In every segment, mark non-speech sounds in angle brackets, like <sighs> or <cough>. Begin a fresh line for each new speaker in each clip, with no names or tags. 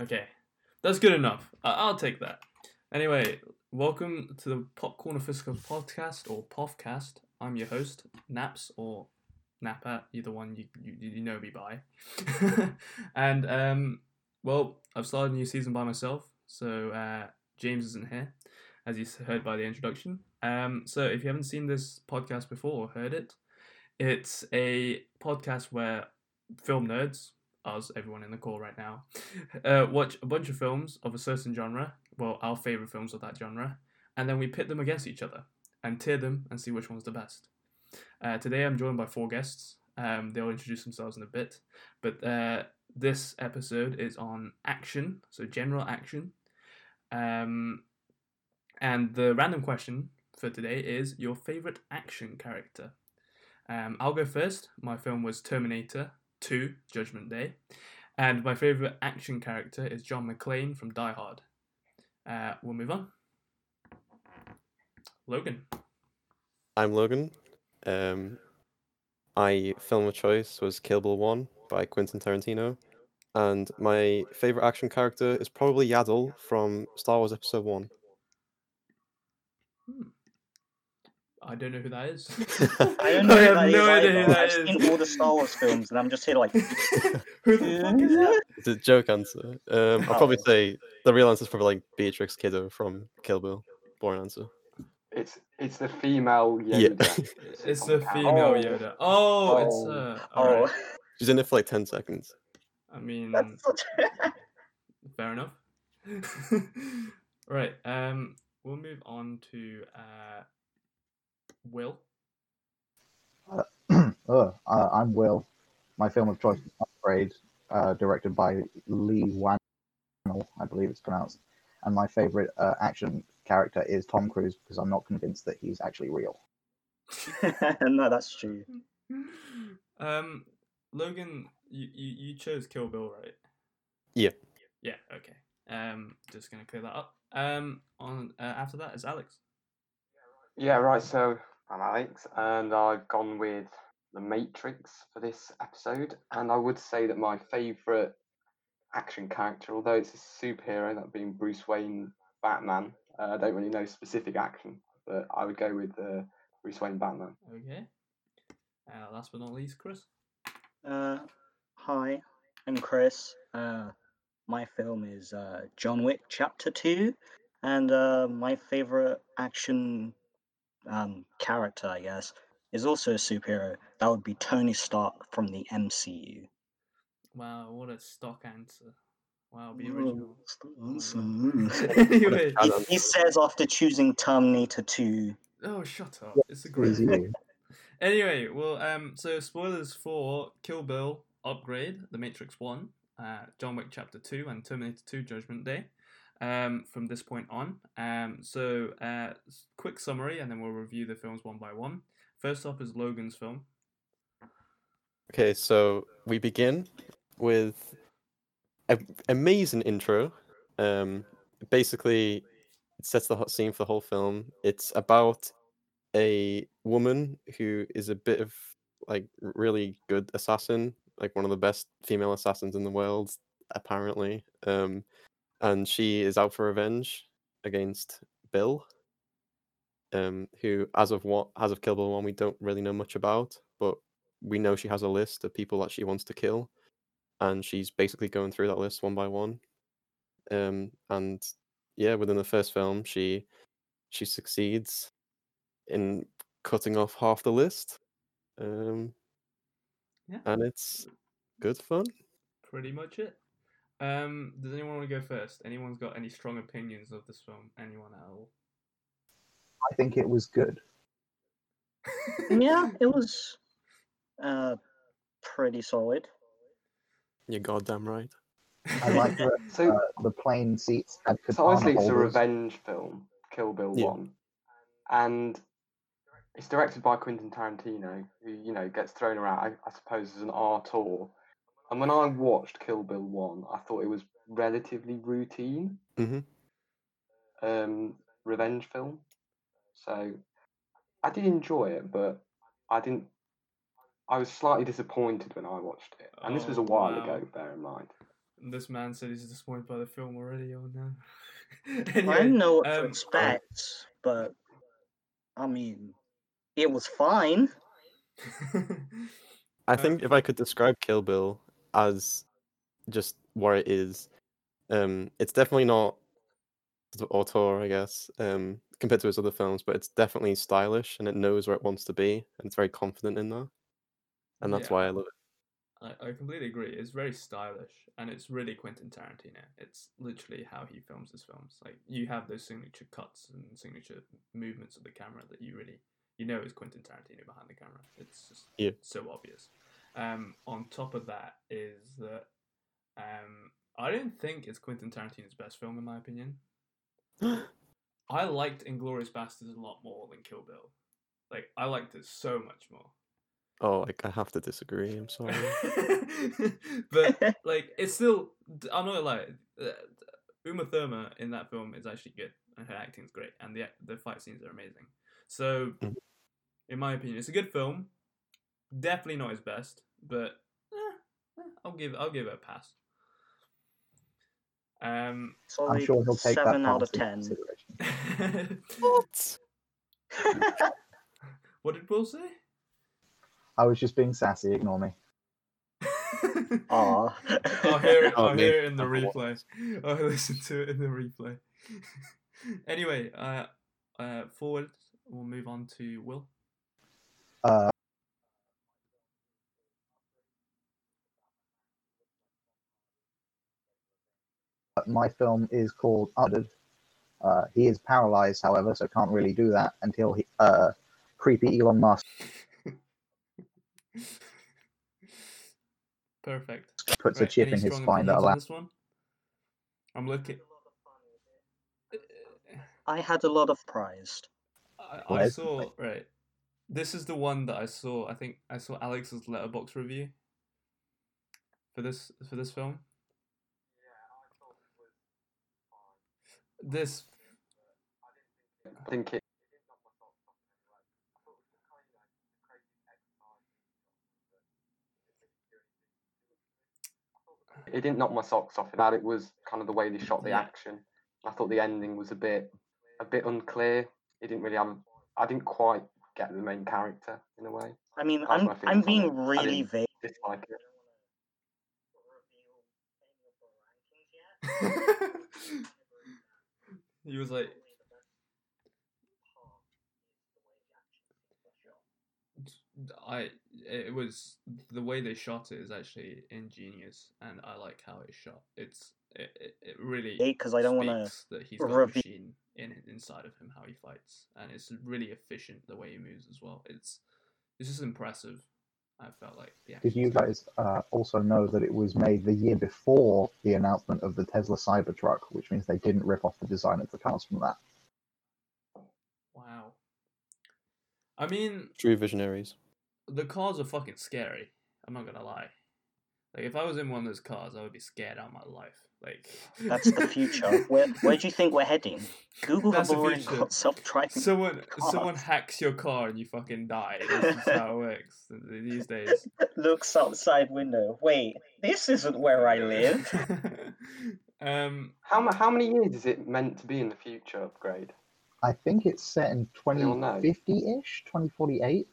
Okay, that's good enough. I- I'll take that. Anyway, welcome to the Popcorn and Fiscal Podcast or Pofcast. I'm your host, Naps or Napper, either one you you, you know me by. <laughs> and um, well, I've started a new season by myself, so uh, James isn't here, as you s- heard by the introduction. Um, so if you haven't seen this podcast before or heard it, it's a podcast where film nerds, us, everyone in the call right now, uh, watch a bunch of films of a certain genre, well, our favourite films of that genre, and then we pit them against each other and tier them and see which one's the best. Uh, today I'm joined by four guests. Um, they'll introduce themselves in a bit, but uh, this episode is on action, so general action. Um, and the random question for today is your favourite action character. Um, I'll go first. My film was Terminator 2 Judgment Day. And my favourite action character is John McClane from Die Hard. Uh, we'll move on. Logan.
I'm Logan. Um, my film of choice was Kill Bill 1 by Quentin Tarantino. And my favorite action character is probably Yaddle from Star Wars Episode 1.
I don't know who that is.
I
<laughs>
don't
I
know who
have
that is
no idea who
either.
that
I've
is.
seen all the Star
<laughs>
Wars films, and I'm just here like,
who the fuck is
<laughs>
that?
It's a joke answer. Um, I'll probably
Oh.
say the real answer is probably like Beatrix Kiddo from Kill Bill. Boring answer.
It's it's the female
Yeah.
Yoda.
It's the female
Oh.
Yoda. Oh, it's
Oh.
uh,
oh,
alright.
She's in it for like 10 seconds.
I mean,
that's such.
fair enough. <laughs> right. Um, we'll move on to uh, Will.
<clears throat> oh, uh, I'm Will. My film of choice is Upgrade, uh, directed by Lee Wan, I believe it's pronounced. And my favorite uh, action character is Tom Cruise because I'm not convinced that he's actually real.
<laughs> no, that's true.
um, Logan, you, you, you chose Kill Bill, right?
Yeah.
Yeah. Okay. Um, just gonna clear that up. Um, on uh, after that is Alex.
yeah, right. So I'm Alex, and I've gone with the Matrix for this episode. And I would say that my favourite action character, although it's a superhero, that being Bruce Wayne, Batman. Uh, I don't really know specific action, but I would go with uh, Bruce Wayne, Batman.
Okay. Uh, last but not least, Chris.
Uh, hi, I'm Chris. Uh, my film is uh, John Wick Chapter Two, and uh, my favorite action um, character, I guess, is also a superhero. That would be Tony Stark from the MCU.
Wow, what a stock answer. Wow, be
Ooh,
original.
stock
Oh my
answer.
God. <laughs> anyway,
I
<laughs> He,
don't-
he says after choosing Terminator 2.
oh shut up. It's a great.
Crazy you.
Anyway, well, um, so spoilers for Kill Bill, Upgrade, The Matrix One, uh, John Wick Chapter Two, and Terminator Two: Judgment Day. Um, from this point on, um, so uh, s- quick summary, and then we'll review the films one by one. First up is Logan's film.
Okay, so we begin with an amazing intro. Um, basically, it sets the hot scene for the whole film. It's about a woman who is a bit of like r- really good assassin, like one of the best female assassins in the world, apparently. Um, and she is out for revenge against Bill, um, who, as of what, as of Kill Bill One, we don't really know much about, but we know she has a list of people that she wants to kill, and she's basically going through that list one by one. Um, and yeah, within the first film, she she succeeds in cutting off half the list. Um,
Yeah.
and it's good fun.
Pretty much it. Um, does anyone want to go first? Anyone's got any strong opinions of this film? Anyone at all?
I think it was good.
<laughs> Yeah, it was uh, pretty solid.
You're goddamn right.
I like the,
So
uh, the plain seats. had
So obviously
katana
it's a
holders.
revenge film, Kill Bill
Yeah.
One, and it's directed by Quentin Tarantino, who you know gets thrown around, I, I suppose, as an artor. And when I watched Kill Bill One, I thought it was relatively routine
Mhm.
um, revenge film. So I did enjoy it, but I didn't. I was slightly disappointed when I watched it, and this was a
Oh,
while
wow.
ago. Bear in mind.
And <laughs> this man said he's disappointed by the film already. Oh no. <laughs>
I
anyway,
didn't know what to
um,
expect, but I mean, it was fine.
I
<laughs> Uh,
think if I could describe Kill Bill as just what it is, um, it's definitely not the auteur, I guess, um, compared to his other films, but it's definitely stylish and it knows where it wants to be and it's very confident in that. And that's
Yeah.
why I love it.
I, I completely agree. It's very stylish and it's really Quentin Tarantino. It's literally how he films his films. Like you have those signature cuts and signature movements of the camera that you really you know is Quentin Tarantino behind the camera. It's just
Yeah.
so obvious. Um, on top of that is that um, I don't think it's Quentin Tarantino's best film in my opinion. I liked Inglorious Bastards a lot more than Kill Bill. Like I liked it so much more.
Oh, I, I have to disagree. I'm
<laughs>
sorry.
<laughs>
but like it's still i'm not like uma thurma in that film is actually good and her acting's great and the the fight scenes are amazing so
Mhm.
in my opinion it's a good film definitely not his best but eh, eh, i'll give i'll give it a pass um <laughs>
I'm
Solid
sure he'll take
seven
that
out of
pass into
ten.
consideration.
what?
what did will say
I was just being sassy. Ignore me.
Aw.
<laughs> I'll hear it.
Oh,
I'll
me.
hear it in the
Number one.
replay. I'll <laughs> listen to it in the replay. <laughs> anyway, uh, uh, forward. We'll move on to Will. <laughs>
Uh, my film is called Uttered. Uh, he is paralyzed, however, so can't really do that until he, uh, creepy Elon Musk
Perfect.
puts
Right,
a chip
any
in his
strong
spine
opinions
that
on
allows.
this one? I'm looking.
<laughs> I had a lot of prize.
I, I
Well,
saw right. This is the one that I saw. I think I saw Alex's letterbox review for this for this film. This
I think it. It didn't knock my socks off in that. It was kind of the way they shot the
Yeah.
action. I thought the ending was a bit, a bit unclear. It didn't really have. I didn't quite get the main character in a way.
I mean,
That's
I'm
my
I'm
feelings on
being
it. I
really
didn't-
vague.
Dislike it.
<laughs> he was like I it was the way they shot it is actually ingenious, and I like how it's shot. It's it, it, it really
because I don't want to.
speaks that he's got a
reveal-
machine in inside of him how he fights, and it's really efficient the way he moves as well. It's it's just impressive. I felt like yeah.
Did you guys uh, also know that it was made the year before the announcement of the Tesla Cybertruck, which means they didn't rip off the design of the cars from that?
Wow. I mean,
<laughs> True visionaries.
the cars are fucking scary. I'm not gonna lie. Like if I was in one of those cars, I would be scared out of my life. Like
That's
<laughs>
the future. Where where do you think we're heading? Google
That's
have
the
already
future.
got <laughs>
<laughs>
self-driving.
Someone
cars.
someone hacks your car and you fucking die. This is how it works <laughs> th- th- these days.
Looks outside window. Wait, this isn't <laughs> where
<laughs>
I live.
um,
How mu- how many years is it meant to be in the future upgrade?
I think it's set in
Anyone know?
2050 ish, 2048.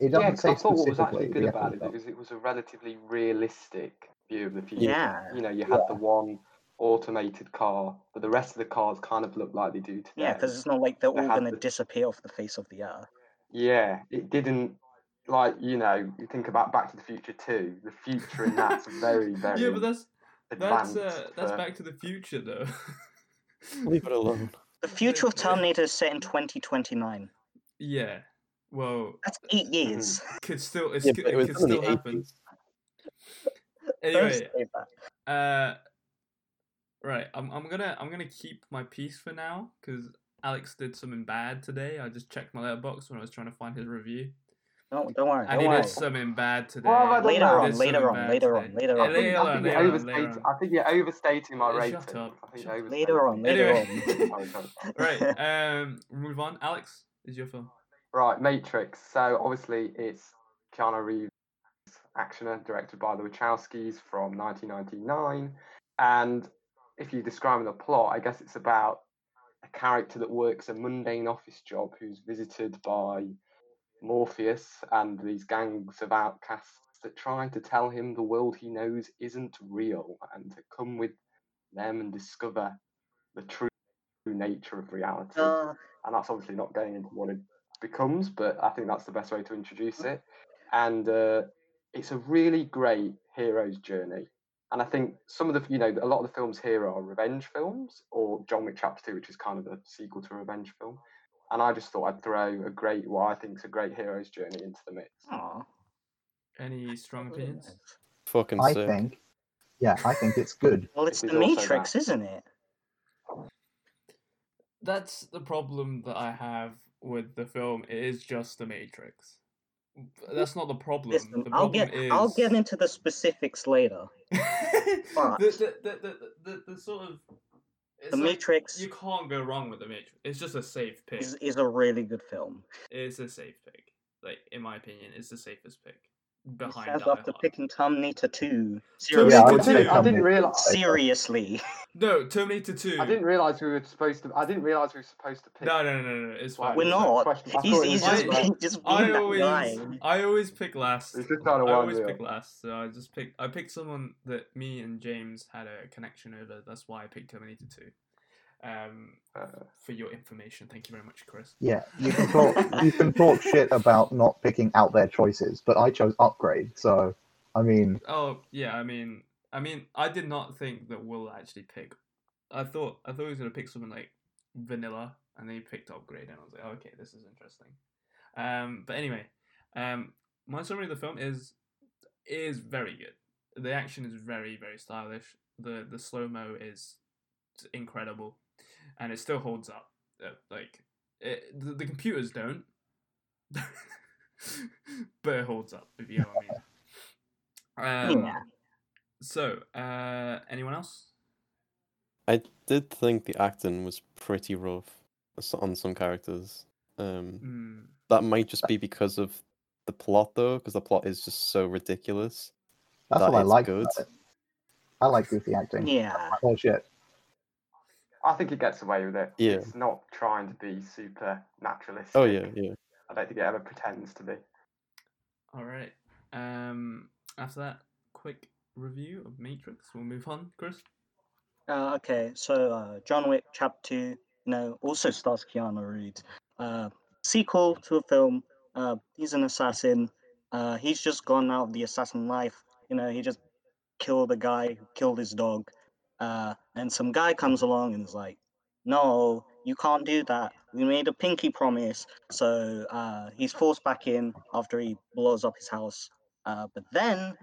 It doesn't
Yeah, 'cause
say
I thought what was
specifically.
actually
we
good
have to
about
look
it
it up.
was it was a relatively realistic view of the future.
Yeah.
You know, you had the one automated car, but the rest of the cars kind of looked like they do today.
Yeah, because it's not like they're
They
all
have
gonna
the-
disappear off the face of the earth.
Yeah, it didn't like you know you think about Back to the Future two. The future in
<laughs>
<laughs>
that's very very
yeah, but that's that's
advanced.
uh, that's
for-
Back to the Future though. <laughs>
Leave it <laughs> alone.
The future of
Exactly.
Terminator is set in 2029.
yeah, well,
That's eight
Mm-hmm.
years.
could still it's,
Yeah,
c-
but
it,
it was
could
done in
still
the
happen.
80s.
Don't
Anyway,
say that.
Uh, right. I'm I'm gonna I'm gonna keep my peace for now because Alex did something bad today. I just checked my letterbox when I was trying to find his review,
No, don't worry.
and
Don't
he
worry.
did something bad today.
Well, I don't
Later
know.
He
on,
did
later
something
on,
bad
later
today.
on, later
Yeah,
I
on,
think,
later
I
on,
think you're
later on, later
overstating.
on.
I think you're overstating my
Yeah,
rating.
shut up,
I think
shut
you're
up.
later on,
<laughs>
overstating.
later
Anyway.
on.
Sorry, sorry.
<laughs> Right. Um, we'll move on. Alex is your film.
Right, Matrix. So obviously it's Keanu Reeves actioner directed by the Wachowskis from 1999. And if you describe the plot, I guess it's about a character that works a mundane office job who's visited by Morpheus and these gangs of outcasts that try to tell him the world he knows isn't real and to come with them and discover the true nature of reality.
Uh,
and that's obviously not going into what it becomes, but I think that's the best way to introduce it. And uh, it's a really great hero's journey. And I think some of the, you know, a lot of the films here are revenge films or John Wick Chapter 2, which is kind of a sequel to a revenge film. And I just thought I'd throw a great, what I think is a great hero's journey into the mix.
aw,
Any strong
really
opinions?
nice.
Fucking
I
sick.
think, yeah, I think it's good.
Well, it's
This
the
is also
Matrix,
that.
isn't it?
That's the problem that I have with the film. It is just the Matrix. That's not the problem.
Listen,
the
I'll
problem
get
is
I'll get into the specifics later.
the, <laughs> the, the, the, the, the sort of it's
The
like,
Matrix
You can't go wrong with the Matrix. It's just a safe pick.
is, is a really good film.
It's a safe pick. Like in my opinion, it's the safest pick
It
behind
stands
Die
after
Hard.
picking Terminator 2.
Terminator
Yeah, I
I
would
two.
say
didn't, I didn't
Terminator.
realize.
Seriously.
No, Terminator Two.
I didn't realize we were supposed to. I didn't realize we were supposed to pick.
No, no, no, no, no. It's
Why
fine.
We're
was that
not.
question? I
He's,
thought it
he's
was
just,
just
being,
like-
just being
I
that
always,
guy.
I always pick last.
It's just kind
I
of
always
wild.
pick last, so I just picked. I picked someone that me and James had a connection over. That's why I picked Terminator Two. Um,
Uh,
for your information, thank you very much, Chris.
Yeah, you can
<laughs>
talk. you can talk shit about not picking out their choices, but I chose upgrade. So, I mean,
Oh yeah, I mean, I mean, I did not think that Will actually pick. I thought, I thought he was gonna pick something like vanilla, and then he picked upgrade, and I was like, okay, this is interesting. Um, but anyway, um, my summary of the film is is very good. The action is very very stylish. The the slow mo is incredible, and it still holds up. Uh, Like it, the, the computers don't, <laughs> but it holds up if you know what I mean. Um,
Yeah.
So, uh, anyone else?
I did think the acting was pretty rough s- on some characters. Um,
Mm,
that might just be because of the plot, though, because the plot is just so ridiculous.
that's
That
what I
is
like.
good.
about it. I like goofy acting.
<laughs> Yeah.
Oh shit!
I think it gets away with it.
Yeah.
It's not trying to be super naturalistic.
Oh yeah, yeah.
I don't think it ever pretends to be.
all right. Um, after that quick review of Matrix, we'll move on. Chris.
Uh, okay, so uh, John Wick Chapter Two, you know, also stars Keanu Reeves. Uh, sequel to a film. Uh, he's an assassin. Uh, he's just gone out of the assassin life. You know, he just killed a guy, who killed his dog, uh, and some guy comes along and is like, "No, you can't do that. We made a pinky promise." So uh, he's forced back in after he blows up his house. Uh, but then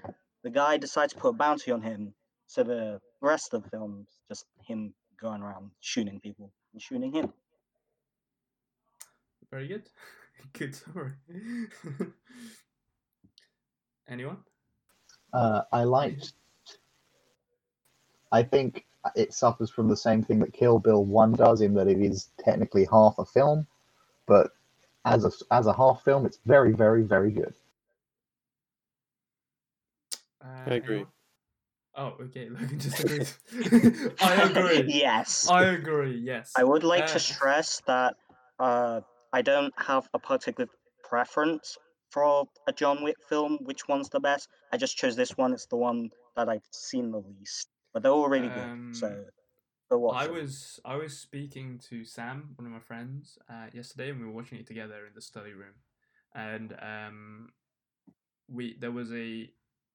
the guy decides to put a bounty on him so the rest of the film's just him going around shooting people and shooting him.
Very good. <laughs> good summary. <laughs> anyone?
Uh, I liked. I think it suffers from the same thing that Kill Bill One does, in that it is technically half a film, but as a as a half film, it's very, very, very good.
Uh,
agree.
anyone? Oh, okay. <laughs> Logan just agrees. I agree.
<laughs>
Oh,
yes.
I agree. Yes.
I would like
Uh,
to stress that uh, I don't have a particular preference for a John Wick film, which one's the best. I just chose this one. It's the one that I've seen the least. But they're all really good. So,
Um,
go watch
I
them.
was I was speaking to Sam, one of my friends, uh, yesterday, and we were watching it together in the study room, and um, we there was a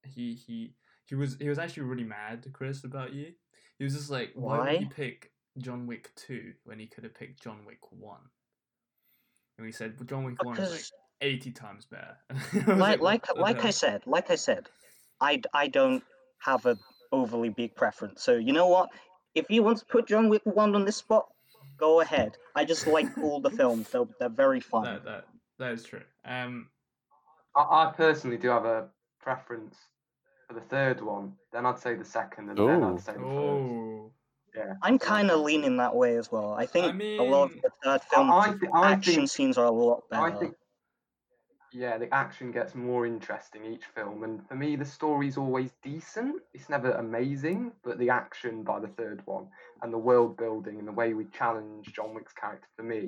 he he he was he was actually really mad, Chris, about you. He was just like, why, would he
Why?
pick John Wick two when he could have picked John Wick one? And we said, well, John Wick one is like
Because
eighty times better. <laughs> And I was
like
"What
like
the
like I
hell?"
said, like I said, I d- I don't have a overly big preference. So you know what? If you want to put John Wick one on this spot, go ahead. I just like all the films. They're they're very fun.
that that that is true. Um,
I, I personally do have a preference for the third one. Then I'd say the second, and then
Ooh.
I'd say the first.
oh. <laughs>
Yeah,
I'm
that's my
kind of
preference.
leaning that way as well. I think
I
a lot of
mean-
the third
I,
film
I, thi- I
action
think
scenes are a lot
I
better.
think yeah, the action gets more interesting each film, and for me, the story's always decent. It's never amazing, but the action by the third one and the world building and the way we challenge John Wick's character for me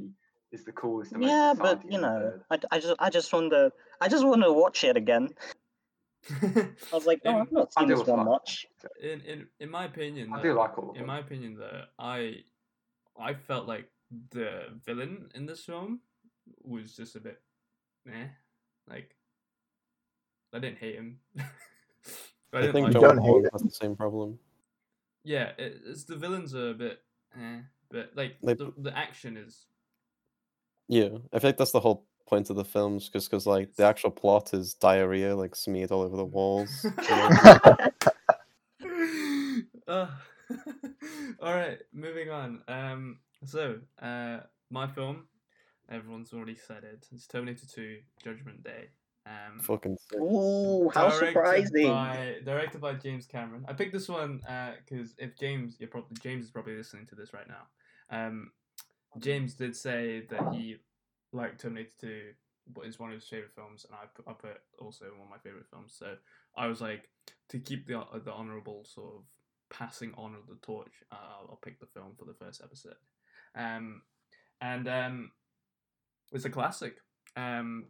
is the coolest. and most
yeah, but
exciting
you
in the
know,
third.
I, I just I just want to I just want to watch it again. I was like, no,
In-
I've not
I
seen
do
this
also
one
like-
much.
in in in my opinion,
I
though-
do like all of
in
them.
my opinion though i i felt like the villain in this film was just a bit eh. like i didn't hate him <laughs> but I
I
didn't
think
like
You
John
don't
him.
hate
Wall
it.
has the same problem.
yeah it, it's the villains are a bit eh, but like
They-
the, the action is
Yeah, I think that's the whole point of the films, because like the
It's-
actual plot is diarrhea, like smeared all over the
<laughs>
walls. you know?
uh, <laughs> all right, moving on. Um, so uh, my film, everyone's already said it. It's Terminator Two: Judgment Day. Um,
Fucking sick.
<laughs> Ooh, how surprising!
By, directed by James Cameron. I picked this one because if James, you're probably James is probably listening to this right now. Um, James did say that he liked Terminator 2, but it's one of his favorite films, and I put, I put also one of my favorite films. So I was like, to keep the uh, the honorable sort of passing on of the torch, uh, I'll, I'll pick the film for the first episode. Um, and um, it's a classic. Um,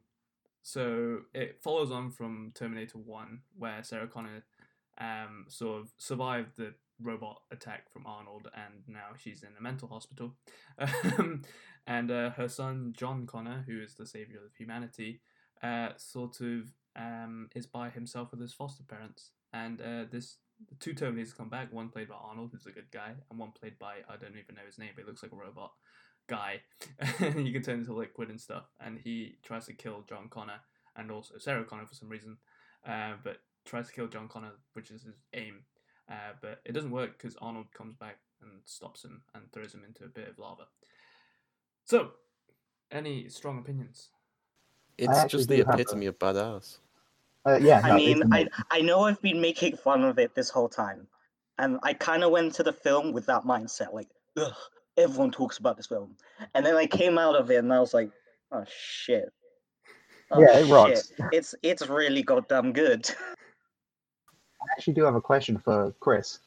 so it follows on from Terminator One, where Sarah Connor um, sort of survived the robot attack from Arnold, and now she's in a mental hospital. Um, and uh, her son John Connor, who is the savior of humanity, uh, sort of um, is by himself with his foster parents. And uh, this the two Terminators come back. One played by Arnold, who's a good guy, and one played by I don't even know his name, but he looks like a robot guy. <laughs> and he can turn into liquid and stuff. And he tries to kill John Connor and also Sarah Connor for some reason, uh, but tries to kill John Connor, which is his aim. Uh, but it doesn't work because Arnold comes back and stops him and throws him into a bit of lava. So, any strong opinions?
It's
actually
just
do
the
have a-
epitome of badass.
Uh, yeah,
I
no,
mean,
it's
I
amazing.
I know I've been making fun of it this whole time, and I kind of went to the film with that mindset, like, ugh, everyone talks about this film, and then I came out of it and I was like, oh shit, oh,
yeah, it
shit.
rocks. <laughs>
It's it's really goddamn good. <laughs>
I actually do have a question for Chris.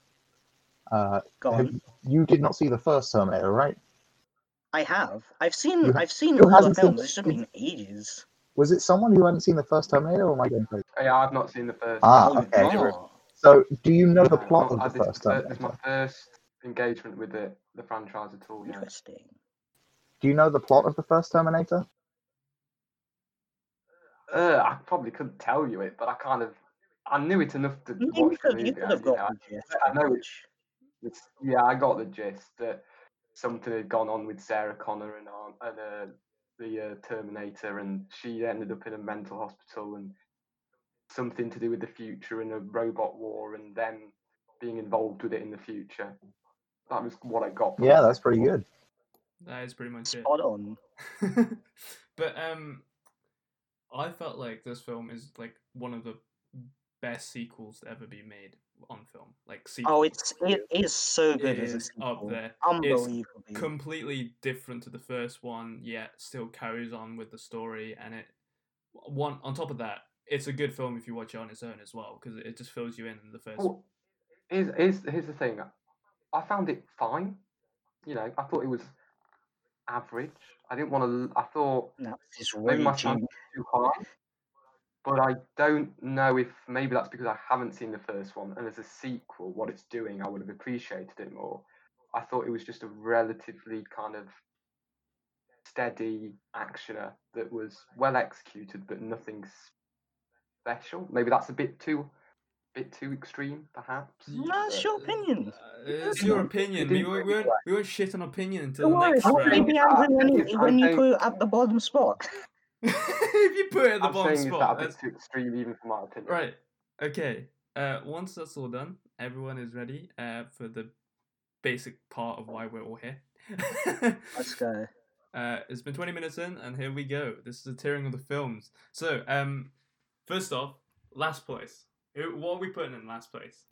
Uh,
Go
have- <laughs>
on.
you did not see the first Terminator, right?
I have. I've seen.
You-
I've seen
you
all the
haven't seen
films.
it?
It's just been ages.
Was it someone who hadn't seen the first Terminator, or am I going crazy?
Yeah, I've not seen the first.
Ah,
oh,
okay.
you're-
no.
So, do you know the
Uh,
plot
well,
of
I-
the
this, is
first
the fir- this is my
Terminator?
first engagement with the, the franchise at all. <laughs> Yeah.
Interesting.
Do you know the plot of the first Terminator?
Uh, I probably couldn't tell you it, but I kind of I knew it enough to
You
watch the
could,
movie.
you could have
you know,
got the gist.
I know
pretty
it's-
much.
it's- yeah, I got the gist that something had gone on with Sarah Connor and Arn- and uh, the uh, Terminator, and she ended up in a mental hospital and something to do with the future and a robot war and them being involved with it in the future. That was what I got. from
Yeah,
it.
that's pretty good.
That is pretty much it.
Spot on.
<laughs> but um, I felt like this film is like one of the best sequels to ever be made on film. Like sequel.
Oh, it's it is so good
it
as a
is up
sequel.
there.
Unbelievably.
completely different to the first one, yet still carries on with the story. And it one on top of that, it's a good film if you watch it on its own as well because it just fills you in. in the first,
Well, here's, here's, here's the thing. I found it fine. You know, I thought it was average. I didn't want to. I thought
No, it's
maybe my
raging.
standards were too high, but I don't know if maybe that's because I haven't seen the first one, and as a sequel, what it's doing, I would have appreciated it more. I thought it was just a relatively kind of steady actioner that was well executed, but nothing special. Maybe that's a bit too, bit too extreme, perhaps.
No, it's your opinion.
Uh, it's your opinion. We,
didn't
were- we,
really
weren't, we weren't shit on opinion until
Don't
the
worry,
next
I'll
round. <laughs>
be angry when
I
you, when you
think-
put it at the bottom spot.
if you put it at the
I'm
bottom
saying is that
spot,
a bit
that's
too extreme, even for my opinion.
Right. Okay. Uh, once that's all done, everyone is ready uh, for the basic part of why we're all here.
Let's go.
Uh, it's been 20 minutes in, and here we go. This is the tearing of the films. So, um, first off, last place. Who, what are we putting in last place?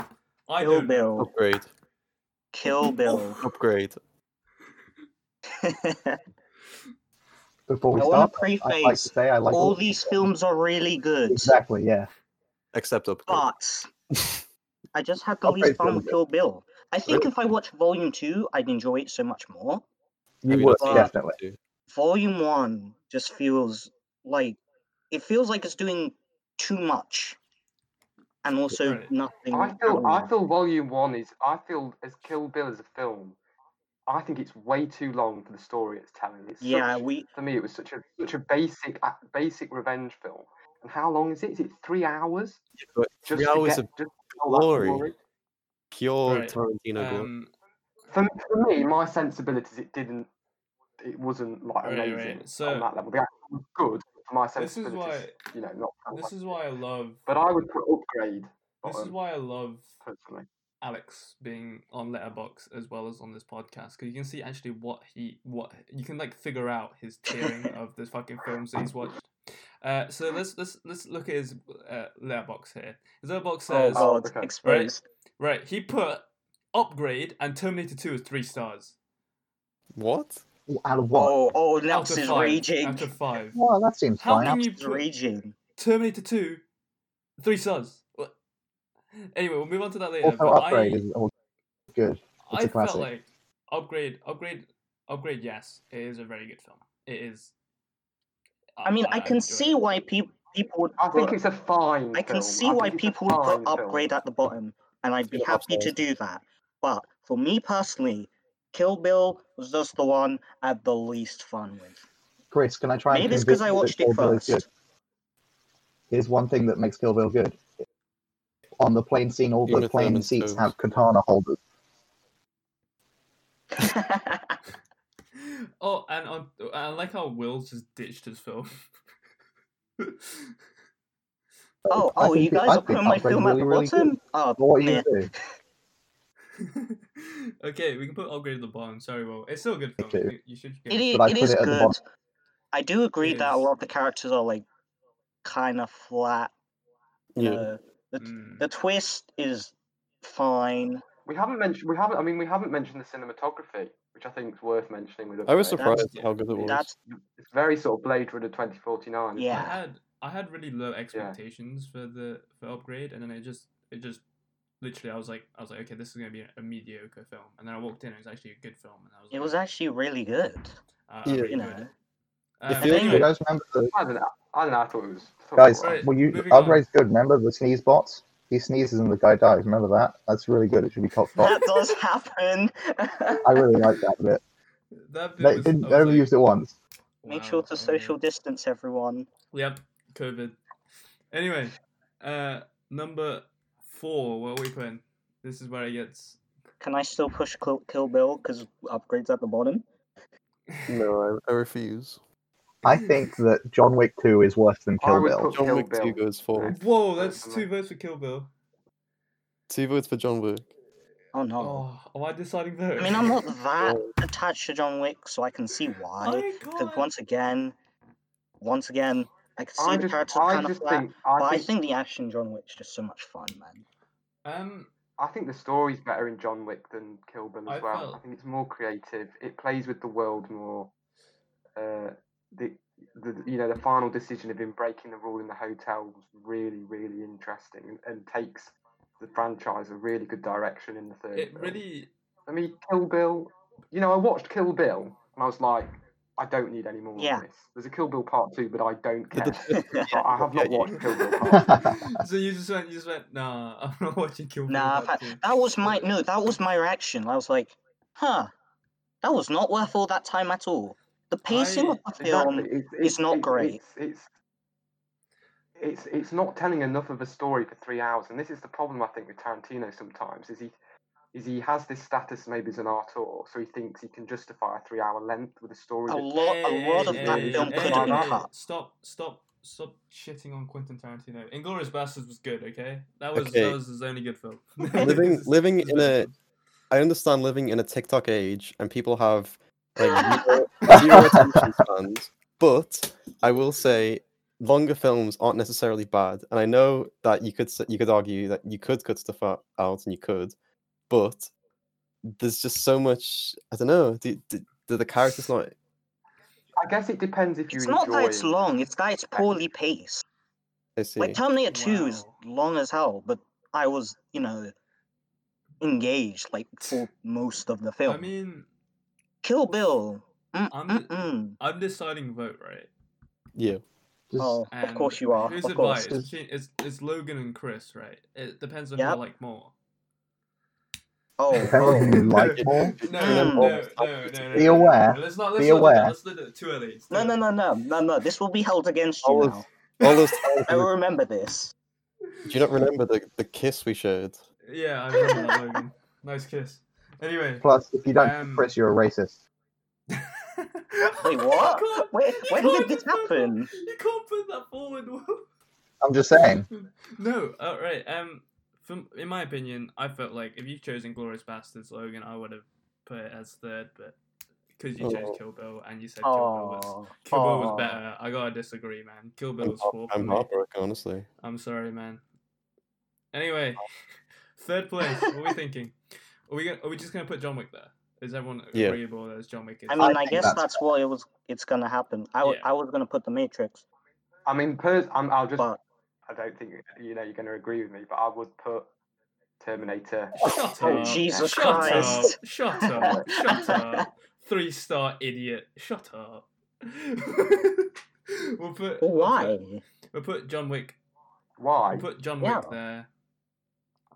I
Kill
don't know. <laughs>
Bill.
Upgrade,
<laughs> Kill Bill.
upgrade.
before we
I wanna
start, I'd like to
preface
say I like
All these films are really good,
<laughs> Exactly, yeah.
Except up.
<laughs>
but I just had the
I'll
least
praise
fun
Bill
with
again.
Kill Bill. I think if I watch Volume Two, I'd enjoy it so much more.
You
you
would,
not seen it?
definitely.
Volume One just feels like it feels like it's doing too much, and also
Right.
nothing.
I feel
Um,
at
I
all.
feel Volume One is I feel as Kill Bill as a film. I think it's way too long for the story it's telling. It's
yeah,
such,
we
for me it was such a such a basic a- basic revenge film. And how long is it? Is it three hours?
But
Just
three
to
hours
get-
of
just to tell that
glory.
story?
pure
Right,
Tarantino glory.
Um,
For me, for me, my sensibilities, it didn't, it wasn't like
Right,
amazing
right.
on
So-
that level. The acting was good for my
this is
sensibilities.
why
you know, not. that
this
much.
is why I love
But I would put upgrade.
this is
bottom,
why I love
personally.
Alex being on Letterbox as well as on this podcast because you can see actually what he what you can like figure out his tiering of the fucking films that he's watched. Uh, so let's let's let's look at his uh, Letterbox here. His Letterbox
oh
says
wow.
god,
okay.
exposed.
right he put Upgrade and Terminator Two as three stars
What?
Out of what?
Oh, oh,
out
Naps
of
is
five.
raging.
Out of five,
Well, that seems
how
fine.
can you
Naps is
put
raging.
Terminator Two three stars? What? Anyway, we'll move on to that later.
Also,
but
upgrade
I,
is all good. It's
I
a classic.
felt like upgrade, upgrade, upgrade. Yes, it is a very good film. It is.
I mean, I can
enjoy
see
it.
why people people would.
I think
put-
it's a fine.
I can
film.
see why
think it's a
people would put
fine film.
upgrade at the bottom, and I'd be
Two and a half
happy to
stars.
do that. But for me personally, Kill Bill was just the one I had the least fun with. <laughs>
Chris, can I try and
Maybe it's
convince
'cause I
you that
watched it
Kill Bill is good?
first.
Here's one thing that makes Kill Bill good. On the plane scene, all
Even
the
if they're
plane
not
seats
stoked.
have katana holders.
<laughs> Oh, and on, I like how Will's just ditched his film. <laughs>
oh,
I
oh,
think
you
the-
guys
I
are
think
putting my
Upgrade
film at
really,
the
really good.
bottom. Oh,
What are you
meh.
gonna do?
okay, we can put upgrade at the bottom. Sorry, Will. It's still a good film.
Okay.
You- You should.
It
Give
is,
But I
it
put
is
it at the
good.
bottom.
I do agree that a
Is-
lot of the characters are like kind of flat.
Yeah.
Uh, the t-
Mm.
the twist is fine.
We haven't mentioned. We haven't. I mean, we haven't mentioned the cinematography, which I think is worth mentioning. With
I was
upgrade.
surprised
yeah,
how good it was.
That's
It's very sort of Blade Runner twenty forty nine.
I
Yeah.
had I had really low expectations for the for upgrade, and then it just it just literally I was like I was like okay this is gonna be a, mediocre film, and then I walked in and it was actually a good film, and I was like
It was actually really good.
uh,
Yeah.
I really
You
enjoyed it.
know,
Um,
feels
Do
anyway,
you guys remember the
I don't know. I don't know. I thought it was. I thought it was
guys?
alright.
Right,
Well, you
moving on.
upgrade's good. Remember the sneeze bots? He sneezes and the guy dies. Remember that? That's really good. It should be top spot.
that does <laughs> happen.
I really like that bit.
that bit
They
was,
didn't.
I
They
was
only
like,
used it once.
Make
wow,
sure to
okay.
social distance, everyone.
Yep, COVID. Anyway, uh, number four. What are we putting? This is where it gets.
Can I still push Kill, Kill Bill because upgrades at the bottom?
No, I, I refuse.
I think that John Wick 2 is worse than
I
Kill
would
Bill.
put
John
Kill
Wick 2
Bill.
goes forward.
Whoa, that's
Personally.
two votes for Kill Bill.
Two votes for John Wick.
Oh no.
Oh, am I deciding vote?
I
<laughs>
mean, I'm
<laughs>
not that
Oh.
attached to John Wick, so I can see why.
I
Because
can't.
once again, once again, I can see
I
the
just.
characters
I
kind of
just
flat.
think.
but
I
I
think.
think the action John Wick's just so much fun, man.
Um,
I think the story's better in John Wick than Kill Bill as
I
well. I
felt-
think it's more creative. It plays with the world more. Uh, the, the you know the final decision of him breaking the rule in the hotel was really really interesting and, and takes the franchise a really good direction in the third.
it
film.
really
I mean, Kill Bill. You know, I watched Kill Bill and I was like, I don't need any more
Yeah.
of this. There's a Kill Bill Part Two, but I don't
The
care.
<laughs>
detective-
But I have
yeah,
not
you-
watched Kill Bill Part Two.
<laughs> so you just went, you just went, nah, <laughs> I'm not watching Kill Bill.
Nah,
Part
fa-
Two."
that was my no. That was my reaction. I was like, huh, that was not worth all that time at all. The pacing
I-
of the film
Exactly. It's,
is not great.
It's, it's it's it's not telling enough of a story for three hours, and this is the problem I think with Tarantino sometimes. Is he is he has this status maybe as an auteur, so he thinks he can justify a three-hour length with a story.
a
that-
lot, a lot of
hey,
that
hey,
film could
hey,
have been
hey.
cut.
Stop, stop, stop shitting on Quentin Tarantino. Inglorious Bastards was good, okay? That was
Okay.
that was his only good film. <laughs>
Living- living
His
in
best
a-
film.
I understand living in a TikTok age and people have
<laughs>
like zero, zero attention spans, but I will say longer films aren't necessarily bad. And I know that you could s- you could argue that you could cut stuff out, out and you could, but there's just so much. I don't know. Do, do, do the characters not
I guess it depends if you
It's
enjoy.
not that it's long, it's that it's poorly paced.
I see.
Like Terminator 2 is
Wow.
long as hell, but I was, you know, engaged like
<sighs>
for most of the film.
I mean,
Kill Bill. Mm,
I'm di-
Mm-mm-mm.
I'm deciding vote, right?
yeah.
Just,
Oh,
And
of course you are.
Who's
Of course.
advice? It's, between- it's, it's Logan and Chris, right? It depends on who I
Yep.
like more.
Oh,
<laughs>
depends on
oh.
who <laughs> you like more.
No,
Mm.
no, no, no, no, no.
Be aware.
no. Let's not. Let's
Be
not do that.
aware.
Let's not do it too early. It's too
No, no,
early.
no, no, no, no. This will be held against you
All of-
now.
All
<laughs>
those
I will remember this.
do you not remember the, the kiss we shared?
Yeah, I remember that, Logan. <laughs> Nice kiss. Anyway.
Plus, if you don't kiss
Um,
Chris, you're a racist.
<laughs>
Wait, what?
You can't-
Wait,
you
when
can't
did this
put that
happen?
forward. You can't put that forward. <laughs> Will.
I'm just saying.
No, all right. Um, from in my opinion, I felt like if you chose Inglorious Bastards, Logan, I would have put it as third, but because you chose
Oh.
Kill Bill and you said Kill Bill was
Oh,
Kill Bill was
aw.
better, I gotta disagree, man. Kill Bill
I'm,
was
heart-
fourth. for
I'm
me.
heartbroken, honestly.
I'm sorry, man. Anyway, <laughs> third place. What are we thinking? Are we gonna, are we just gonna put John Wick there? Is everyone
Yeah.
agreeable that it's John Wick? Is
I mean,
I
I
think
guess
that's
that's what it was. It's gonna happen. I, w-
Yeah.
I was gonna put the Matrix,
I mean, pers- I'm, I'll just.
but
I don't think you know you're going to agree with me, but I would put Terminator.
<laughs> Shut
Oh,
up.
Jesus
Shut
Christ.
up. Shut up. Shut up. Three star idiot. Shut up. <laughs> we'll put We'll
Well, why?
put, we'll put John Wick.
Why?
We'll put John
Yeah.
Wick there.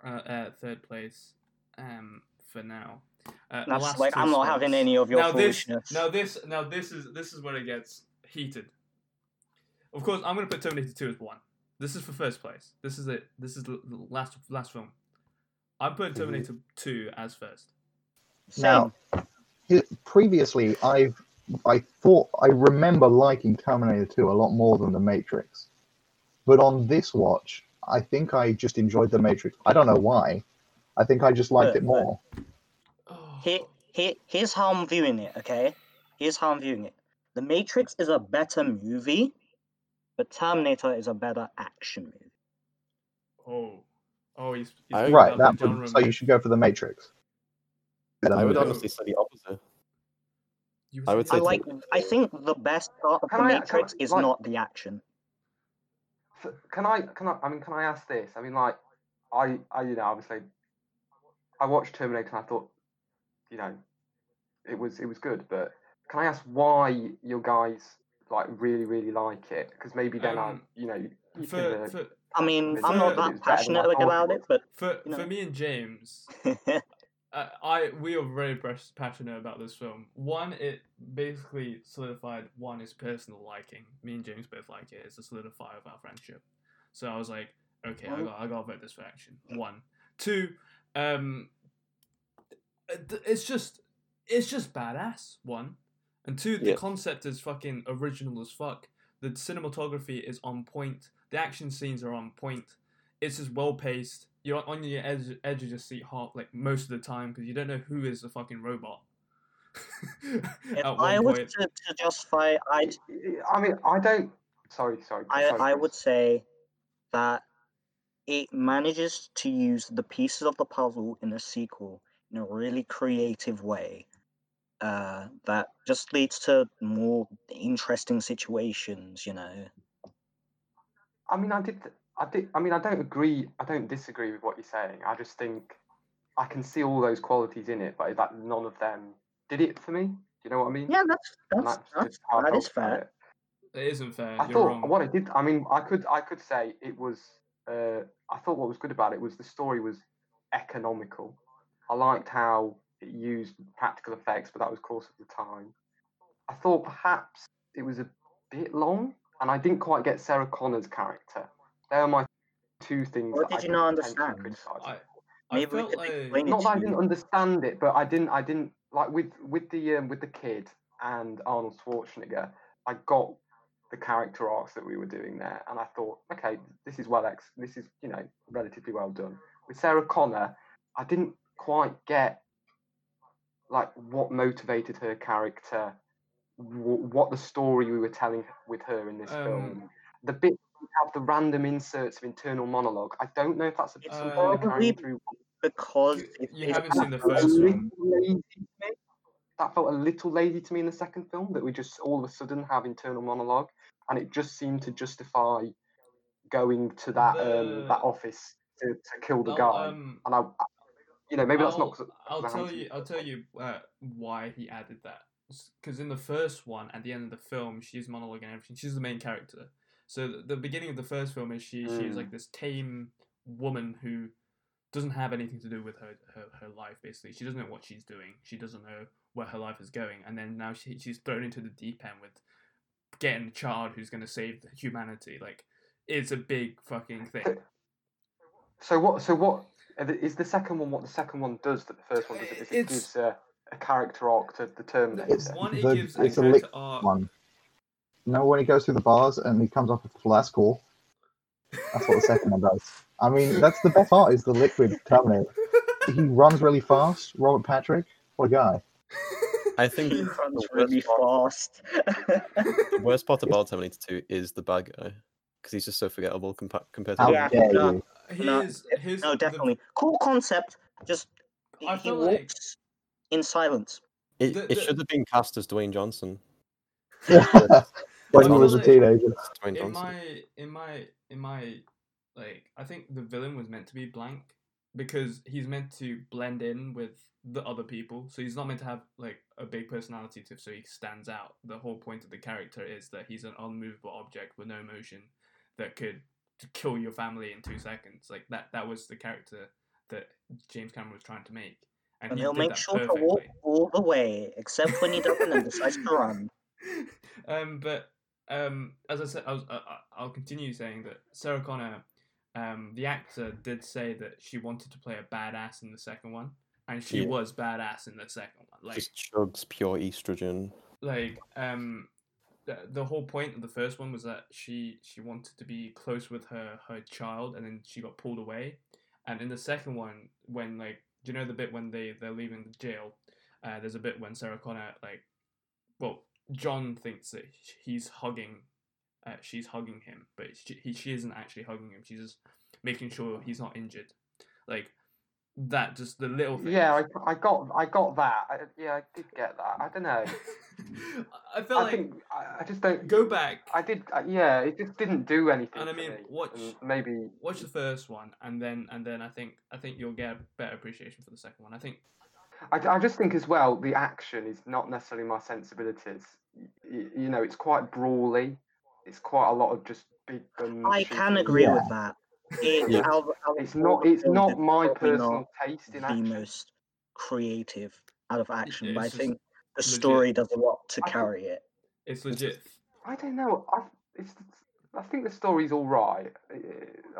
Uh, uh, third place. Um, for now. Uh, the
That's
last
like
two
I'm not
spots.
having any of your
now this.
foolishness.
Now this. Now this is this is where it gets heated. Of course, I'm gonna put Terminator Two as one. This is for first place. This is it. This is the the last last film. I'm putting
Mhm.
Terminator Two as first.
Same.
Now, he- previously, I I thought I remember liking Terminator 2 a lot more than The Matrix, but on this watch, I think I just enjoyed The Matrix. I don't know why. I think I just liked
Look,
it more.
Oh.
Here, here, here's how I'm viewing it, okay? Here's how I'm viewing it. The Matrix is a better movie, but Terminator is a better action movie.
Oh. Oh, he's, he's
I-
picked
Right.
up
That
the
would,
genre
so you
move.
should go for The Matrix. Better
I would
movie.
honestly say the opposite.
You
I would
I
say
like. I
Terminator.
think the best part of
Can
the
I- can I-
Matrix is
like-
not the action.
F- Can I? Can I? I mean, can I ask this? I mean, like, I, I, you know, obviously, I watched Terminator and I thought, you know, it was it was good, but can I ask why you guys like really really like it? Because maybe then
Um,
I, you know, you can,
for,
uh,
for,
I mean,
It's
I'm not
better-
that
it's better than
passionate
I thought it
about it, but <laughs>
for,
you know.
for me and James,
yeah,
uh, I we are very pres- passionate about this film. One, it basically solidified one is personal liking. Me and James both like it. It's a solidifier of our friendship. So I was like, okay, I
Mhm.
got I got to vote this for action. One, two, um, it- it's just it's just badass. One and two, the
Yeah.
concept is fucking original as fuck. The cinematography is on point. The action scenes are on point it's just well paced. You're on your edge, edge of your seat half like most of the time because you don't know who is the fucking robot. <laughs>
if
At
I
one
was
point,
to, to justify, I'd,
I I mean, I don't. Sorry, sorry.
I
sorry,
I
Chris.
would say that it manages to use the pieces of the puzzle in a sequel in a really creative way. Uh, that just leads to more interesting situations, you know.
I mean, I did. I did. I mean, I don't agree. I don't disagree with what you're saying. I just think I can see all those qualities in it, but like none of them did it for me. Do you know what I mean?
Yeah, that's
And
that's
just
that's
how I
that
felt
is
about
fair.
it.
it isn't fair.
I
You're
thought
wrong.
what it did. I mean, I could. I could say it was. Uh, I thought what was good about it was the story was economical. I liked how it used practical effects, but that was course of the time. I thought perhaps it was a bit long, and I didn't quite get Sarah Connor's character. They are my two things.
What
that I
did you
could
not
potentially
understand?
criticise.
I, I
Maybe we
felt
could
like
explain it
Not that I
to
didn't
you.
understand it, but I didn't. I didn't like with with the um, with the kid and Arnold Schwarzenegger. I got the character arcs that we were doing there, and I thought, okay, this is well ex. This is you know relatively well done. With Sarah Connor, I didn't quite get like what motivated her character, wh- what the story we were telling with her in this
Um,
film. The bit we have the random inserts of internal monologue. I don't know if that's a bit
It's
something
Uh,
they're carrying
probably
through
because
you,
it
you
is
haven't seen the
that's
first
a
one.
little lazy to me. that felt a little lazy to me in the second film that we just all of a sudden have internal monologue, and it just seemed to justify going to that um, that
The-
office to, to kill the
I'll,
guy.
um,
and I, I- you know, maybe that's
I'll,
not. 'cause-
I'll
I haven't
tell
seen
you.
the
I'll
first
tell
one.
you uh, why he added that. Because in the first one, at the end of the film, she's monologuing and everything. She's the main character. So the, the beginning of the first film is she. She is
Hmm.
like this tame woman who doesn't have anything to do with her, her her life. Basically, she doesn't know what she's doing. She doesn't know where her life is going. And then now she she's thrown into the deep end with getting a child who's going to save humanity. Like it's a big fucking thing.
So what? So what? are the- Is the second one what the second one does that the first one does? Is it
It's-
gives a, a character arc to the Terminator.
<laughs> It's-
One, it
the-
gives a
it's a
character
lick
arc.
One. No, when he goes through the bars and he comes up with well, that's cool. That's what the second one does.
<laughs>
I mean, that's the best part is the liquid terminator.
<laughs>
He runs really fast. Robert Patrick, what a guy.
<laughs> I
<laughs>
think
He
the
runs
worst
really
part-
fast. <laughs>
The worst part about Terminator 2 is the bad guy because he's just so forgettable compa- compared to
How
the
Yeah.
dare
no.
you?
No,
Here's, here's
no,
the-
definitely. Cool concept. Just he,
I
he
feel like-
walks in silence.
It,
The-
it
the-
should have been cast as Dwayne
<laughs>
Johnson.
when he was a
Like-
teenager.
It's Dwayne
in
Johnson.
my in my in my like I think the villain was meant to be blank because he's meant to blend in with the other people. So he's not meant to have like a big personality to so he stands out. The whole point of the character is that he's an unmovable object with no emotion that could kill your family in 2 seconds. Like that that was the character that James Cameron was trying to make. And,
And
he
he'll
did
make
that
sure
perfectly.
to walk all the way, except when he doesn't and decides to
<laughs>
run.
um, but um, as I said, I was, I, I- I'll continue saying that Sarah Connor, um, the actor, did say that she wanted to play a badass in the second one, and she
Yeah.
was badass in the second one. Like,
Just chugs pure estrogen.
like um, the, the whole point of the first one was that she she wanted to be close with her her child, and then she got pulled away. And in the second one, when like do you know the bit when they they're leaving the jail, uh, there's a bit when Sarah Connor like, well, John thinks that sh- he's hugging, uh, she's hugging him, but she, he she isn't actually hugging him. She's just making sure he's not injured, like that. Just the little things.
yeah, I, I got, I got that. I, yeah, I did get that. I don't know.
<laughs> I felt
I
like
think I, I just don't.
go back.
I did. Uh, yeah, it just didn't do anything.
And I
for
mean,
me.
watch-
And maybe
watch the first one and then and then I think I think you'll get a better appreciation for the second one. I think
I, I just think as well the action is not necessarily my sensibilities. Y- y- you know, it's quite brawly. It's quite a lot of just big guns.
I can
shooting.
agree
Yeah.
with that. It,
Yeah.
out of- out of
It's
all
not.
the
It's
films,
not
it's
my
probably not
personal taste in
the
action.
most creative out of action, but I
it's just
think the
legit.
story does a lot to
I think-
carry it.
it's
It's
legit.
I don't know. I it's. I think the story's all right. Uh,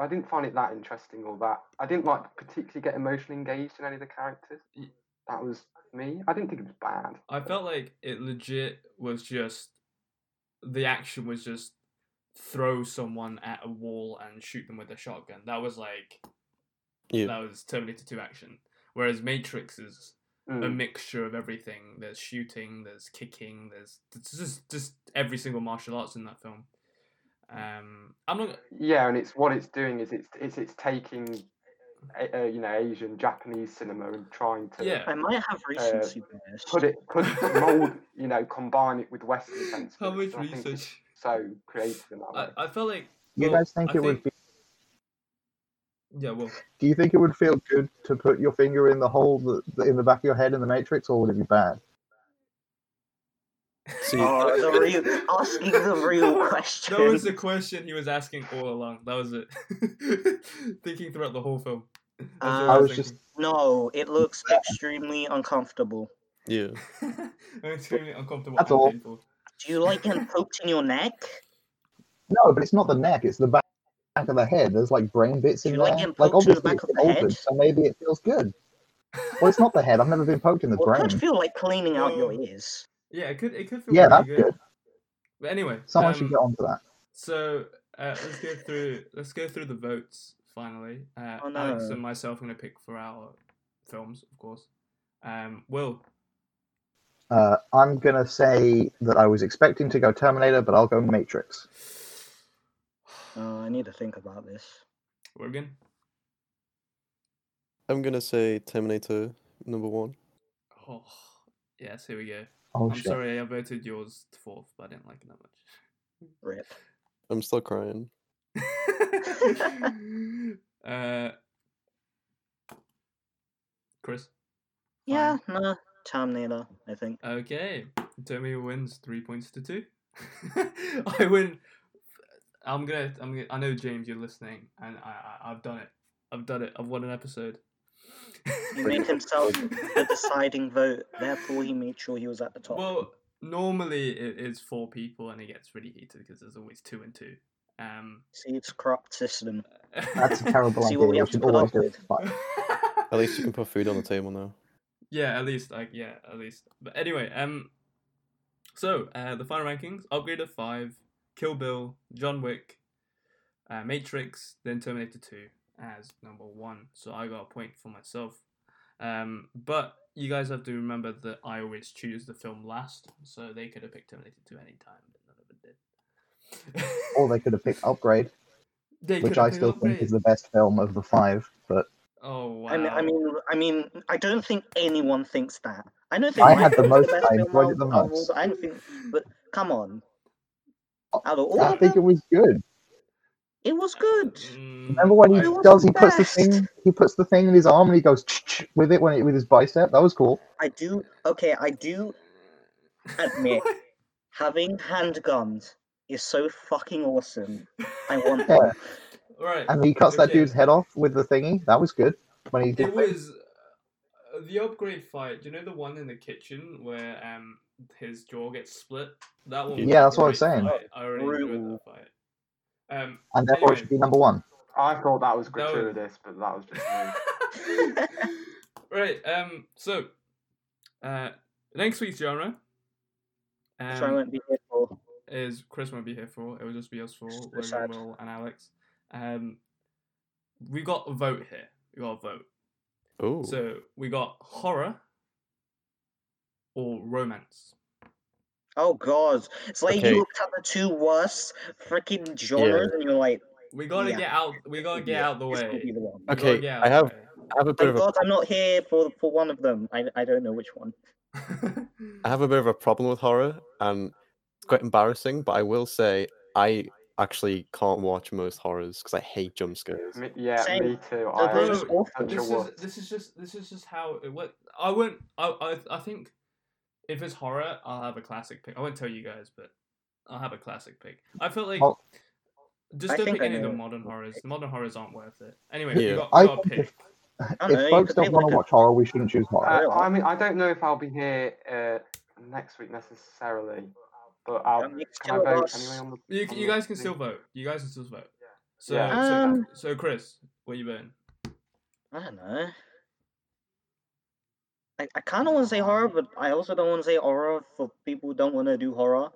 I didn't find it that interesting or that. I didn't like particularly get emotionally engaged in any of the characters.
Ye-
That was me. I didn't think it was bad.
I felt like it legit was just the action was just throw someone at a wall and shoot them with a shotgun. That was like
Yeah.
that was Terminator 2 action. Whereas Matrix is a
Mm.
mixture of everything. There's shooting, there's kicking, there's it's just just every single martial arts in that film. Um, I'm not
Yeah, and it's what it's doing is it's it's it's taking, a- uh, you know, Asian Japanese cinema and trying to
yeah.
I might have recency bias.
Uh, put it put mold, you know, combine it with Western
<laughs>
sensibilities.
How much
and I think it's
research?
So creative in that
I,
way.
I felt like
You
well,
guys think
I
it would be?
yeah well
Do you think it would feel good to put your finger in the hole that, in the back of your head in the Matrix, or would it be bad?
See,
Oh, the
<laughs>
real asking the real question.
that was the question he was asking all along that was it <laughs> thinking throughout the whole film That's what
Uh,
I was just
thinking.
No, it looks extremely uncomfortable.
yeah.
<laughs> I'm extremely uncomfortable
That's
and
all.
painful.
Do you
<laughs>
like him poked in your neck?
No, but it's not the neck; it's the back, back of the head. There's like brain bits
Do
in
you like
there.
getting
Like
poked in the
obviously,
back
it's
of
been
the head?
altered, so maybe it
<laughs>
feels good. Well, it's not the head. I've never been poked in the
Well, it could
brain.
feel like cleaning out your
Oh.
ears.
yeah it could it could feel
Yeah,
really
that's
good.
good.
but anyway
Someone
um,
should get onto that.
so uh, let's go through let's go through the votes finally uh,
Oh,
Alex
no.
and myself are gonna pick for our films of course um Will
Uh, I'm gonna say that I was expecting to go Terminator, but I'll go Matrix.
Oh, I need to think about this.
Morgan
I'm gonna say Terminator number one.
Oh, Yes, here we go.
Oh
I'm
shit!
sorry, I voted yours fourth, but I didn't like it that much.
Rip.
I'm still crying.
<laughs> uh, Chris.
Yeah, no, Terminator, I think.
Okay. Tommy wins three points to two. <laughs> I win. I'm gonna. I'm. Gonna, I know James, you're listening, and I, I. I've done it. I've done it. I've won an episode.
He
<laughs>
made himself the deciding vote, therefore he made sure he was at the top.
Well, normally it is four people, and it gets really heated because there's always two and two. Um,
See, it's corrupt system.
That's a
<laughs>
<laughs>
terrible
See
idea.
what we
We,
have to
should
put
always
up
do it.
with.
But
At least you can put food on the table now.
Yeah, at least like yeah, at least. But anyway, um, so uh, the final rankings: Upgrade of Five, Kill Bill, John Wick, uh, Matrix, then Terminator Two as number one. So I got a point for myself. Um, but you guys have to remember that I always choose the film last, so they could have picked Terminator Two any time, but none of them did.
or they could have picked Upgrade,
<laughs> They
which
could have
I
picked
still think
Upgrade.
is the best film of the five. But
Oh wow!
I mean, I mean, I mean, I don't think anyone thinks that. I don't think
I had the
Matrix is
most,
best
I
film
enjoyed it the
of- of all
most. Oh,
time. I don't think, but come on. Out of all
I
of them, Hmm.
think it was good.
it was good.
Mm,
Remember when he
I-
It was
does? He puts the
best.
thing. He puts the thing in his arm and he goes "Ch-ch-ch" with it when it, with his bicep. That was cool.
I do. Okay, I do
<laughs>
admit having handguns is so fucking awesome. I want
Yeah.
them.
All right.
And he cuts that
Okay.
dude's head off with the thingy. That was good. When he
It was uh, the upgrade fight. Do you know the one in the kitchen where um his jaw gets split? That one. was
Yeah, that's what I
great
was saying.
fight. I already enjoyed that
Brutal.
fight. Um, <laughs>
and therefore it
anyway.
should be number one.
I thought that was
That was-
gratuitous, but that was just me.
right. Um. So, uh, next week's genre.
Which I
Um,
won't be here for.
is Chris won't be here for. It will just be us four,
So
Logan,
sad.
Will, and Alex. Um, we got a vote here. We got a vote.
Oh,
So we got horror or romance.
Oh god. It's like
Okay.
you looked at the two worst freaking genres and you're like,
We gotta
Yeah.
get out. We gotta get out the
this will
way.
be the one.
We gotta
Okay,
get
I
the <laughs>
have- I have a bit
Thank
of a
god I'm not here for for one of them. I, I don't know which one.
way.
I have a bit of a problem with horror, and it's quite embarrassing. But I will say, I actually can't watch most horrors because I hate jump scares.
<laughs>
Me- yeah,
Same.
me too.
So
I
those
am
are
such
awful.
a
this is
wuss.
this is just this is just how it went. I won't. I, I I think if it's horror, I'll have a classic pick. I won't tell you guys, but I'll have a classic pick. I felt like
Well,
just
I
don't
think
pick
I
any of the
know.
modern horrors. The modern horrors aren't worth it. Anyway,
Yeah.
we got
I
we got a
think
pick.
if,
I don't know,
if
you
folks
could
don't
make
want
like
to
a-
watch horror, we shouldn't choose horror.
I
Uh,
don't
I mean, I don't know if I'll be here uh, next week necessarily, but I'll,
Um, it's
can I
two of
vote
us.
anyway on the?
You,
on
you
the
guys can
thing?
still vote. You guys can still vote. So
Yeah.
so
Um,
so Chris, what you voting?
I don't know. I, I kind of want to say horror, but I also don't want to say horror for people who don't want to do horror.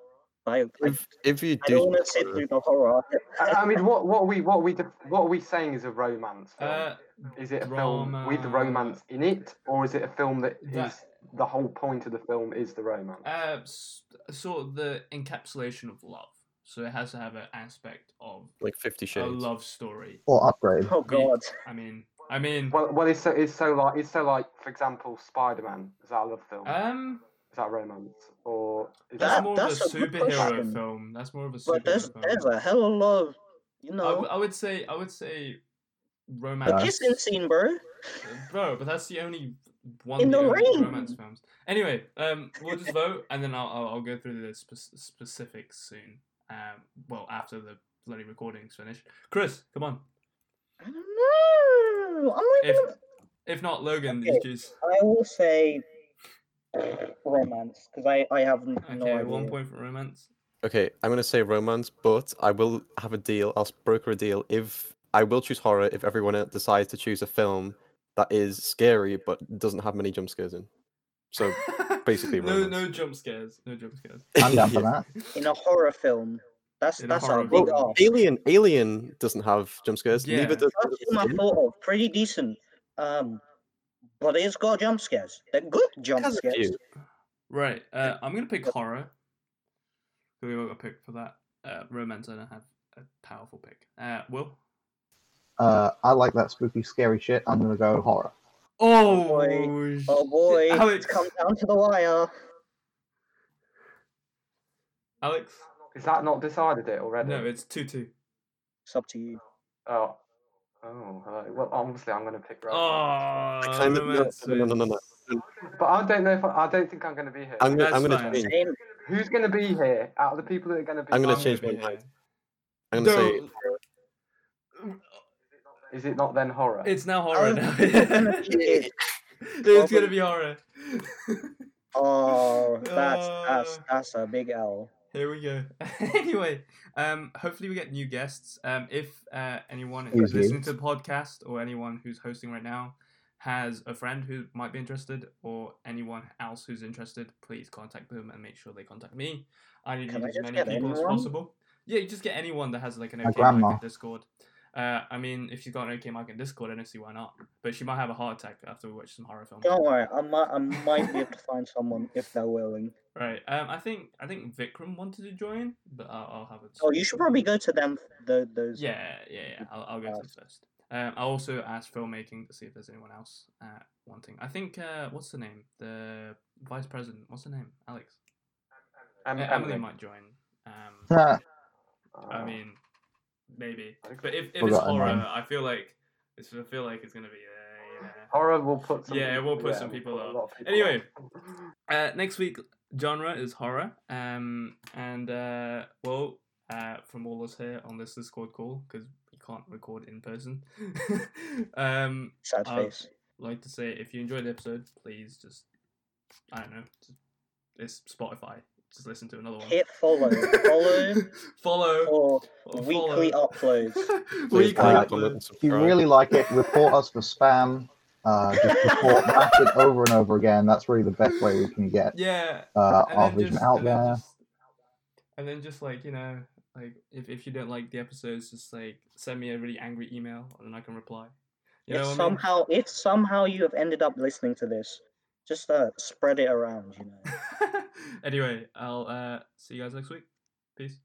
I, I,
If if you do,
I don't want to
choose
sit
horror-
through the horror. <laughs>
I, I mean, what what are we what are we def- what are we saying is a romance
um,
film?
Uh,
is it a film with
drama-
romance in it, or is it a film that is
That-
the whole point of the film is the romance?
uh, s- sort of the encapsulation of love. So it has to have an aspect of
like Fifty
a
Shades.
love story.
Or upgrade.
Oh
We-
god.
I mean, I mean,
Well, well, it's so it's so like it's so like for example, Spider Man is that a love film?
um,
is that romance or
that's
is that?
That-
more
that's
of a
a good
superhero
question.
film. That's more of a
But there's
superhero
there's
film.
a hell of a lot of you
I, w-
know
I would say I would say
the
romance. uh,
kissing scene, bro.
Bro, but that's the only one
In
of the,
the
only romance
rain.
films. Anyway, um, we'll just vote and then I'll I'll, I'll go through the spe- specifics soon. Um, well after the bloody recording's finished. Chris, come on.
I don't know. I'm not
If
even.
if not, Logan,
Okay.
you choose.
I will say romance because I I have n- no
Okay,
idea.
one point for romance.
Okay, I'm gonna say romance, but I will have a deal. I'll s- broker a deal if I will choose horror if everyone el- decides to choose a film that is scary but doesn't have many jump scares in.
<laughs>
<laughs>
So basically
no
romance.
no jump scares. No jump scares.
I'm
<laughs>
down for
Yeah.
that.
In a horror film. That's
In a
that's our
horror
big
film.
ask.
Alien, Alien doesn't have jump scares.
Yeah.
Neither does.
First film I
Alien.
thought of, pretty decent. Um, but it's got jump scares. They're good
It
jump
has a
scares.
few.
Right. Uh, I'm gonna pick horror. Who we all got picked for that? Uh, romance. I don't have a powerful pick. Uh, Will.
Uh, I like that spooky, scary shit. I'm gonna go horror. <laughs>
Oh,
boy.
sh-
Oh boy,
Alex.
it's come down to the wire.
Alex.
Is that not decided it already?
No, it's two two.
It's up to you.
Oh. Oh, hello. Well, obviously, I'm going to pick Rowan.
Oh,
kind of- no,
that's
no, no, no, no, no.
But I don't know if I, I don't think I'm going to be here.
I'm gonna,
That's
I'm gonna
fine.
change.
Same.
Who's going to be here out of the people that are going to be
I'm gonna
here?
change
gonna
my
be
mind. I'm gonna say
here.
Is it not then horror?
It's now horror
Oh,
now.
<laughs>
<laughs>
it's gonna be it.
it's gonna be horror.
Oh, that's that's
Uh.
that's a big L.
Here we go. anyway, um, hopefully we get new guests. Um, if uh, anyone who's
Easy.
listening to the podcast or anyone who's hosting right now has a friend who might be interested or anyone else who's interested, please contact them and make sure they contact me. I need
Can
to
I
as
just
many
get
people as
anyone?
possible. Yeah, you just get anyone that has like an
My
OK mic
grandma.
in Discord. Uh, I mean, if she's got an OK mic in Discord, I don't see why not. But she might have a heart attack after we watch some horror films.
Don't worry, I might I might be able to find someone if they're willing.
Right. Um, I think I think Vikram wanted to join, but I'll, I'll have it.
Oh, you should probably go to them. The, those.
Yeah, yeah, yeah. I'll, I'll go to
Uh,
it first. Um, I also asked filmmaking to see if there's anyone else uh, wanting. I think uh, what's the name? The vice president. What's the name? Alex.
Em-
Uh, Emily
Emily.
might join.
<laughs>
Um,
Ah,
Oh.
I mean, maybe.
I think
But
so.
if, if it's
Forgotten
horror,
name.
I feel like it's. I feel like it's gonna be. Uh, yeah.
horror will put some.
Yeah,
people-
we'll put some
we'll
people
put a
up.
lot of people
Anyway.
up.
Uh, next week genre is horror, um, and uh, well, uh, from all us here on this Discord call because we can't record in person. <laughs> um,
Sad
I'd
face.
like to say if you enjoyed the episode, please just I don't know, just- it's Spotify. Just listen to another one.
Hit follow. Follow
<laughs> follow,
for
or
weekly
follow.
uploads.
<laughs> weekly
like,
upload.
If
If you really like it, report us for spam. Uh, just
<laughs>
report back it over and over again. That's really the best way we can get
Yeah,
uh,
and
our
then
vision
just,
out
and then
there.
just- and then just like you know, like if, if you don't like the episodes, just like send me a really angry email and then I can reply. You
if
know what I mean? <laughs>
somehow, if somehow you have ended up listening to this, just uh, spread it around. You know.
anyway, I'll uh, see you guys next week. Peace.